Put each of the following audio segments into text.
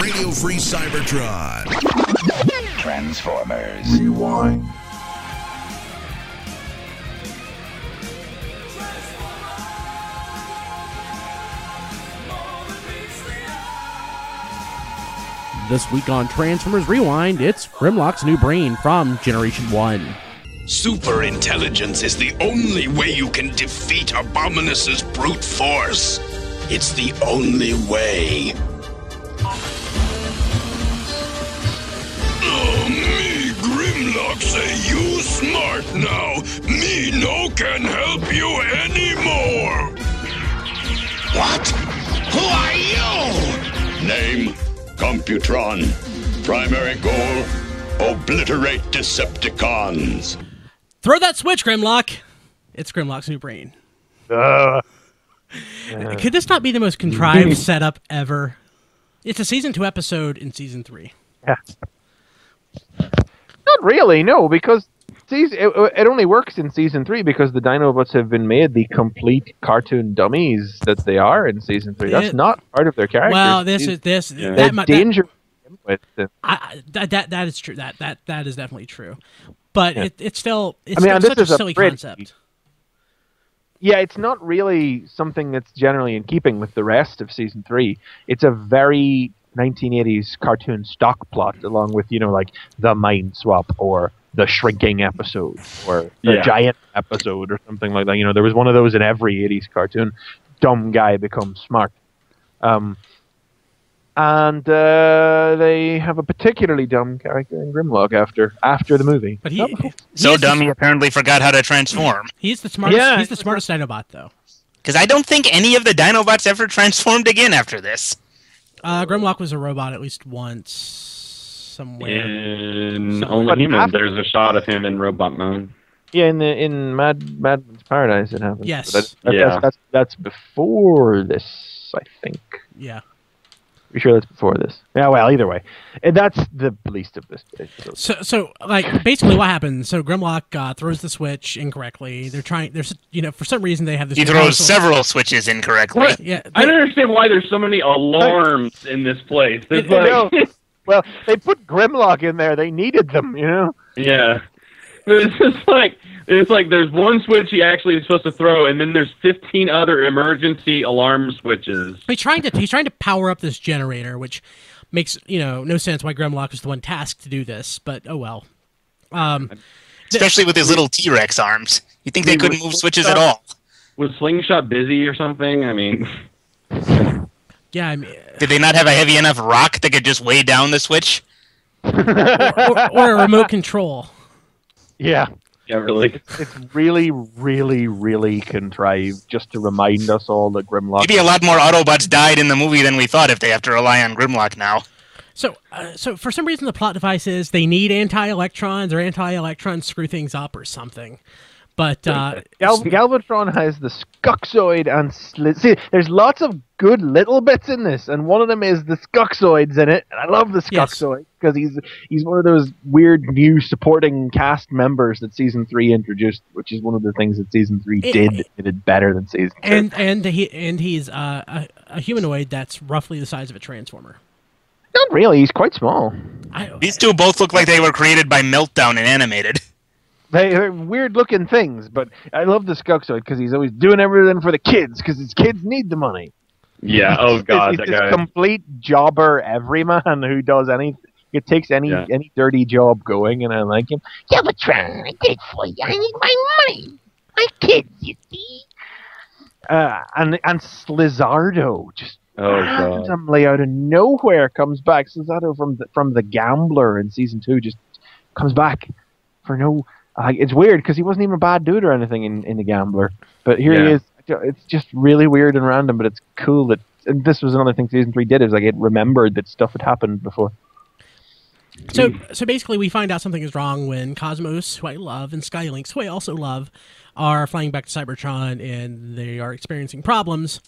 Radio Free Cybertron. Transformers. Rewind. This week on Transformers Rewind, it's Grimlock's new brain from Generation 1. Super intelligence is the only way you can defeat Abominus's brute force. It's the only way. Oh, me, Grimlock, say you smart now. Me no can help you anymore. What? Who are you? Name Computron. Primary goal obliterate Decepticons. Throw that switch, Grimlock. It's Grimlock's new brain. Uh, Could this not be the most contrived setup ever? It's a season two episode in season three. Not really, no, because season, it, it only works in season three because the Dinobots have been made the complete cartoon dummies that they are in season three. That's It- not part of their character. Well, this is this the that, mu- that, danger. with the- I, I- that that that is true. That that that is definitely true. But it, it's still it's I mean, still this such a is a silly pretty- concept. yeah, it's not really something that's generally in keeping with the rest of season three. It's a very 1980s cartoon stock plot, along with you know like the mind swap or the shrinking episode or the Yeah. giant episode or something like that. You know, there was one of those in every 80s cartoon. Dumb guy becomes smart. Um, and uh, they have a particularly dumb character in Grimlock after after the movie. But he, Oh, he So is the- dumb, he apparently forgot how to transform. he's the smartest. Yeah. he's the smartest Dinobot though. Because I don't think any of the Dinobots ever transformed again after this. Uh, Grimlock was a robot at least once somewhere. In So- Only But Human, after- there's a shot of him in Robot Mode. Yeah, in the in Mad Madman's Paradise it happens. Yes. But that- that- Yeah. that's, that's that's before this, I think. Yeah. You sure that's before this? Yeah. Well, either way, And that's the least of this. So, so like basically what happens? So Grimlock uh, throws the switch incorrectly. They're trying. There's you know for some reason they have this. He throws console- several switches incorrectly. Yeah. I don't understand why there's so many alarms in this place. There's It- it- like, well, they put Grimlock in there. They needed them, you know. yeah, it's just like it's like there's one switch he actually is supposed to throw, and then there's 15 other emergency alarm switches. He's trying to he's trying to power up this generator, which makes you know no sense why Grimlock was the one tasked to do this. But oh well. Um, Especially with his little T Rex arms. You think they couldn't move switches at all? Was Slingshot busy or something? I mean, yeah, I mean, Did they not have a heavy enough rock that could just weigh down the switch? or, or a remote control. Yeah. yeah, really. It's really, really, really contrived just to remind us all that Grimlock. Maybe a lot more Autobots died in the movie than we thought if they have to rely on Grimlock now. So, uh, so for some reason, the plot device is they need anti-electrons or anti-electrons screw things up or something. But uh, Gal- Galvatron has the Skuxoid and Slit. See, there's lots of good little bits in this, and one of them is the Skuxoid's in it, and I love the Yes. Skuxoid because he's he's one of those weird new supporting cast members that season three introduced, which is one of the things that season three It- did that it did better than season two. and and he and he's uh, a, a humanoid that's roughly the size of a transformer. Not really, he's quite small. I, These two both look like they were created by Meltdown and animated. They, they're weird looking things, but I love the Skuxoid because he's always doing everything for the kids because his kids need the money. Yeah. Oh He's- God, he's that this guy. complete jobber everyman who does any. It takes any Yeah. any dirty job going, and I like him. Galvatron, I did it for you. I need my money, my kids, you see. Uh, and and Slizardo just oh God. randomly out of nowhere comes back. Slizardo from the, from the Gambler in season two just comes back for no. Like it's weird because he wasn't even a bad dude or anything in, in the Gambler, but here he Yeah. is. It's just really weird and random, but it's cool that. And this was another thing season three did is like it remembered that stuff had happened before. So, so basically, we find out something is wrong when Cosmos, who I love, and Skylynx, who I also love, are flying back to Cybertron, and they are experiencing problems.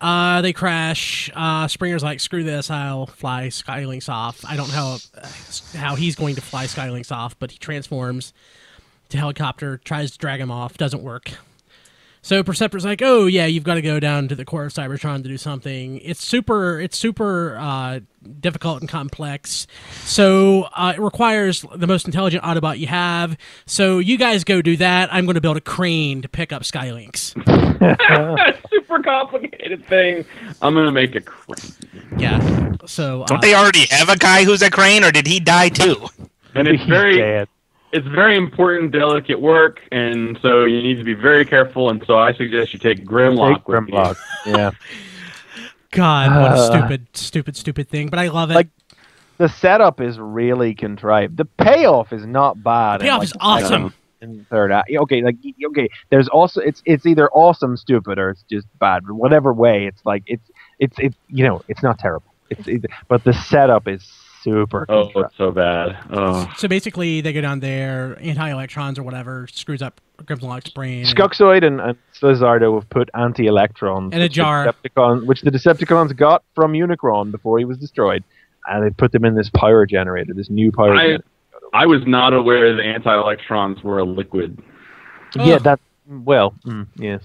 Uh, they crash. Uh, Springer's like, "Screw this! I'll fly Skylinks off." I don't know uh, how, how he's going to fly Skylinks off, but he transforms to helicopter, tries to drag him off, doesn't work. So Perceptor's like, oh yeah, you've got to go down to the core of Cybertron to do something. It's super, it's super uh, difficult and complex. So uh, it requires the most intelligent Autobot you have. So you guys go do that. I'm going to build a crane to pick up Skylinks. Super complicated thing. I'm gonna make a crane. Yeah. So uh, Don't they already have a guy who's a crane, or did he die too? And it's very, it's very important, delicate work, and so you need to be very careful. And so I suggest you take Grimlock. Take with you. Grimlock. yeah. God, what a Uh. stupid, stupid, stupid thing. But I love it. Like, The setup is really contrived. The payoff is not bad. in, Payoff like, is the second awesome. And third act. Okay, like okay. There's also it's it's either awesome, stupid, or it's just bad. Whatever way, it's like it's it's it's you know it's not terrible. It's it, but the setup is super. Oh, contrived. it's so bad. Oh. So basically, they go down there, anti electrons or whatever screws up Grimlock's brain. Scuxoid and, and Slizardo have put anti-electrons In a which the jar. Decepticon, which the Decepticons got from Unicron before he was destroyed, and they put them in this power generator, this new power I- generator. I was not aware the anti-electrons were a liquid. Yeah, Ugh. that. Well, mm, yes.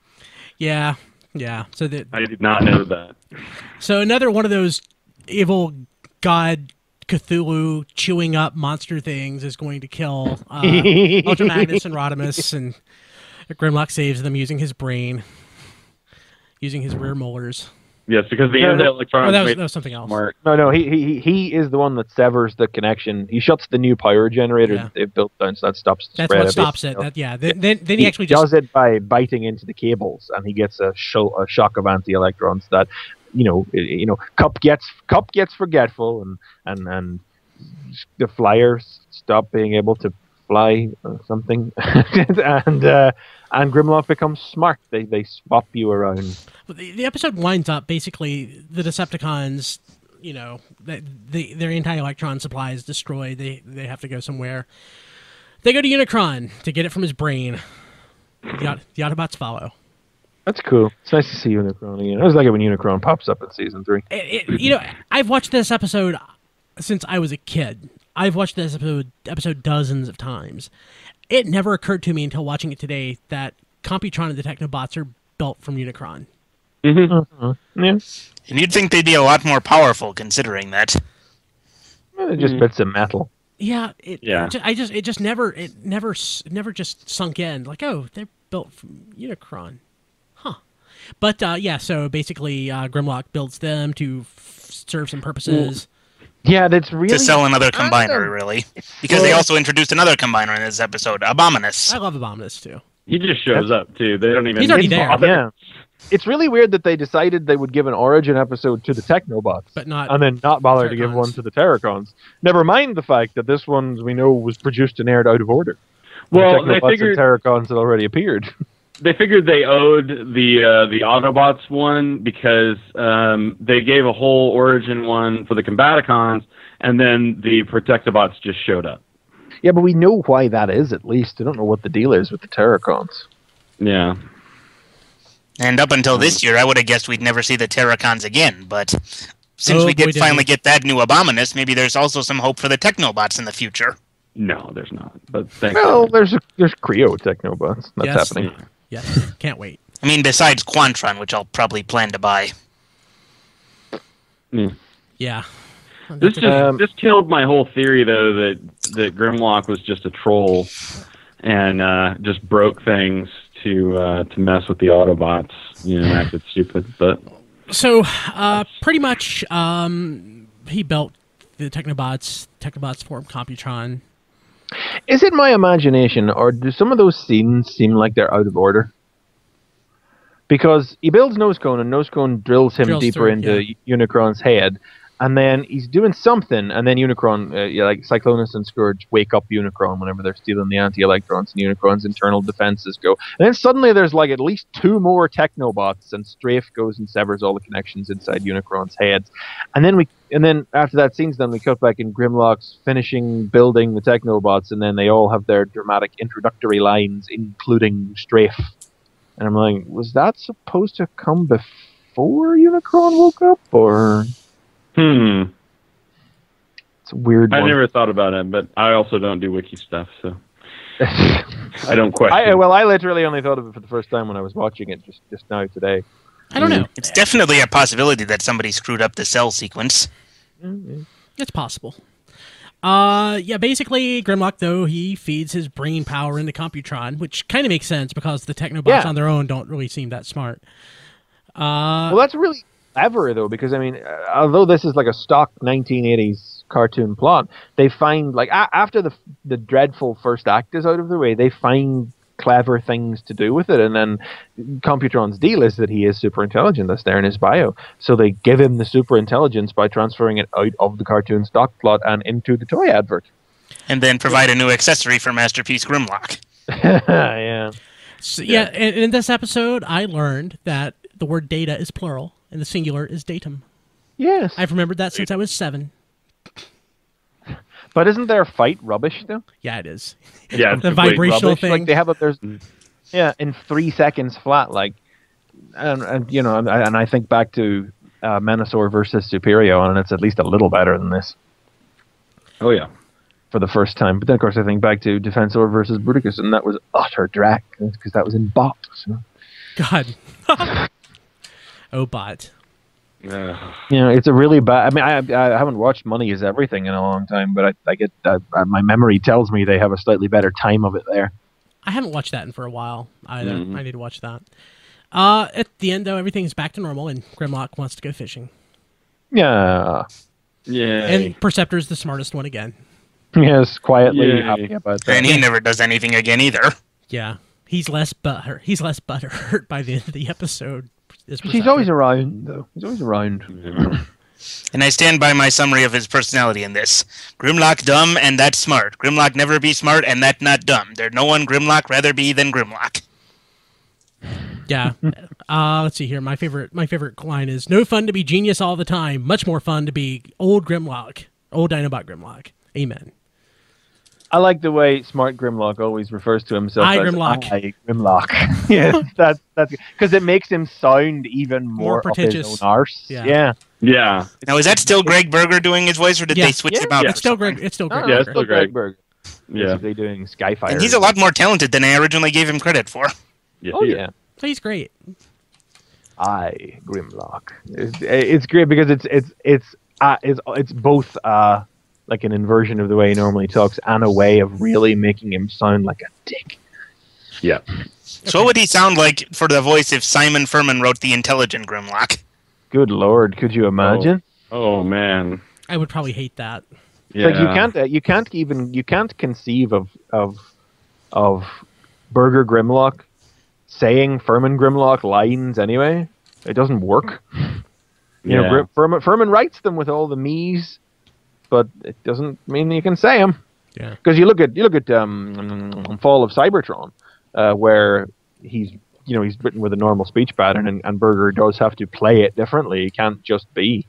Yeah, yeah. So that I did not know that. so another one of those evil god Cthulhu chewing up monster things is going to kill uh, Ultra Magnus and Rodimus, and Grimlock saves them using his brain, using his rear molars. Yes, because the No, no. anti-electrons Oh, that was, made that was something else. smart. No, no. He, he he is the one that severs the connection. He shuts the new power generator Yeah. that they've built down, so that stops. The That's spread what of stops it. you know. That, yeah. Then, then, then he actually just does it by biting into the cables, and he gets a, sho- a shock of anti-electrons that, you know, i- you know, cup gets cup gets forgetful, and and and the flyers stop being able to fly or something, and uh, and Grimlock becomes smart. They they swap you around. the, the episode winds up basically the Decepticons, you know, that the, their anti-electron supply is destroyed. They they have to go somewhere. They go to Unicron to get it from his brain. The, Aut- the Autobots follow. That's cool. It's nice to see Unicron again. I was like it when Unicron pops up in season three. It, it, you know, I've watched this episode since I was a kid. I've watched this episode episode dozens of times. It never occurred to me until watching it today that Computron and the Technobots are built from Unicron. Yeah, And you'd think they'd be a lot more powerful considering that. Eh, just bits of metal. Yeah, it, Yeah. ju- I just it just never it never s- never just sunk in. Like, oh, they're built from Unicron, huh? But uh, yeah, so basically, uh, Grimlock builds them to f- serve some purposes. Yeah, that's really to sell another combiner, really. Because they also introduced another combiner in this episode, Abominus. I love Abominus too. He just shows up too. They don't even. He's already there. bother. Yeah. It's really weird that they decided they would give an origin episode to the Technobots, But not- and then not bother to give Terracons. one to the Terracons. Never mind the fact that this one we know was produced and aired out of order. Well, the they Technobots and figured Terracons had already appeared. they figured they owed the uh, the Autobots one because um, they gave a whole origin one for the Combaticons, and then the Protectobots just showed up. yeah, but we know why that is. At least I don't know what the deal is with the Terracons. Yeah. And up until this year, I would have guessed we'd never see the Terracons again, but since Oh, we boy, did did finally we. get that new Abominus, maybe there's also some hope for the Technobots in the future. No, there's not. But thank Well, you. there's a, there's Creo Technobots. That's Yes. happening. Yes, can't wait. I mean, besides Quantron, which I'll probably plan to buy. Yeah, This just Um, this killed my whole theory though that that Grimlock was just a troll, and uh, just broke things to uh, to mess with the Autobots. You know, acted stupid. But So, uh, pretty much, um, he built the Technobots. Technobots form Computron. Is it my imagination, or do some of those scenes seem like they're out of order? Because he builds Nosecone, and Nosecone drills him Drills deeper through, into yeah. Unicron's head, and then he's doing something, and then Unicron, uh, yeah, like Cyclonus and Scourge, wake up Unicron whenever they're stealing the anti-electrons, and Unicron's internal defenses go. And then suddenly there's like at least two more Technobots, and Strafe goes and severs all the connections inside Unicron's head. And then we, and then after that scene's done, we cut back in Grimlock's finishing building the Technobots, and then they all have their dramatic introductory lines, including Strafe. And I'm like, was that supposed to come before Unicron woke up, or hmm, it's a weird I one. never thought about it. But I also don't do wiki stuff, so. I don't question. I, well, I literally only thought of it for the first time when I was watching it just just now today. I don't know. It's definitely a possibility that somebody screwed up the cell sequence. It's possible. Uh, yeah, basically, Grimlock, though, he feeds his brain power into Computron, which kind of makes sense because the Technobots Yeah. on their own don't really seem that smart. well, that's really clever though, because I mean, uh, although this is like a stock 1980s cartoon plot, they find like a- after the the dreadful first act is out of the way, they find clever things to do with it and then computron's deal is that he is super intelligent that's there in his bio so they give him the super intelligence by transferring it out of the cartoon stock plot and into the toy advert And then provide a new accessory for Masterpiece Grimlock. yeah So, yeah, and and in this episode, I learned that the word data is plural and the singular is datum. yes I've remembered that since I was seven. but isn't their fight rubbish though Yeah, it is. yeah, it's the complete vibrational rubbish. thing. Like they have a there's yeah in three seconds flat. Like and, and you know and, I- and I think back to uh, Menasor versus Superio, and it's at least a little better than this Oh yeah. for the first time. But then of course I think back to Defensor versus Bruticus, and that was utter drag because that was in box. You know? God. oh, bot. Yeah. You know, it's a really bad. I mean, I, I haven't watched Money Is Everything in a long time, but I, I get I, I, my memory tells me they have a slightly better time of it there. I haven't watched that in for a while either. Mm-hmm. I need to watch that. Uh, at the end, though, everything's back to normal, and Grimlock wants to go fishing. Yeah. Yeah. And Perceptor's the smartest one again. Yes, quietly Yay. happy about that. And he never does anything again either. Yeah, he's less butter. He's less butthurt by the end of the episode. is He's Perceptor. always around, though. He's always around. And I stand by my summary of his personality in this. Grimlock dumb and that smart. Grimlock never be smart and that not dumb. There no one Grimlock rather be than Grimlock. yeah. Uh, let's see here. My favorite. My favorite line is no fun to be genius all the time. Much more fun to be old Grimlock, old Dinobot Grimlock. Amen. I like the way Smart Grimlock always refers to himself. I, as Grimlock. I, Grimlock. yeah, that's that's because it makes him sound even more, More Up pretentious. his own arse. Yeah. Yeah. yeah. Now is that still Greg Berger doing his voice or did Yeah. they switch Yeah, him out? It's still Greg. It's still Greg. No, Yeah, Berger. it's still Greg. Berg. Yeah. Basically doing Skyfire. And he's a lot more talented than I originally gave him credit for. Yeah. Oh yeah. He's great. I Grimlock. It's, it's great because it's it's it's uh, it's it's both uh like an inversion of the way he normally talks and a way of really making him sound like a dick. Yeah. So what would he sound like for the voice if Simon Furman wrote the intelligent Grimlock? Good lord, could you imagine? Oh man. I would probably hate that. Yeah. Like you can't uh, you can't even you can't conceive of of of Burger Grimlock saying Furman Grimlock lines anyway. It doesn't work. You Yeah. know, Grim, Furman, Furman writes them with all the me's, but it doesn't mean you can say them. Yeah. Because you look at you look at um, Fall of Cybertron, uh, where he's you know he's written with a normal speech pattern, and, and Berger does have to play it differently. He can't just be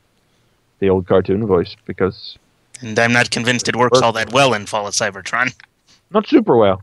the old cartoon voice because And I'm not convinced it works all that well in Fall of Cybertron. not super well.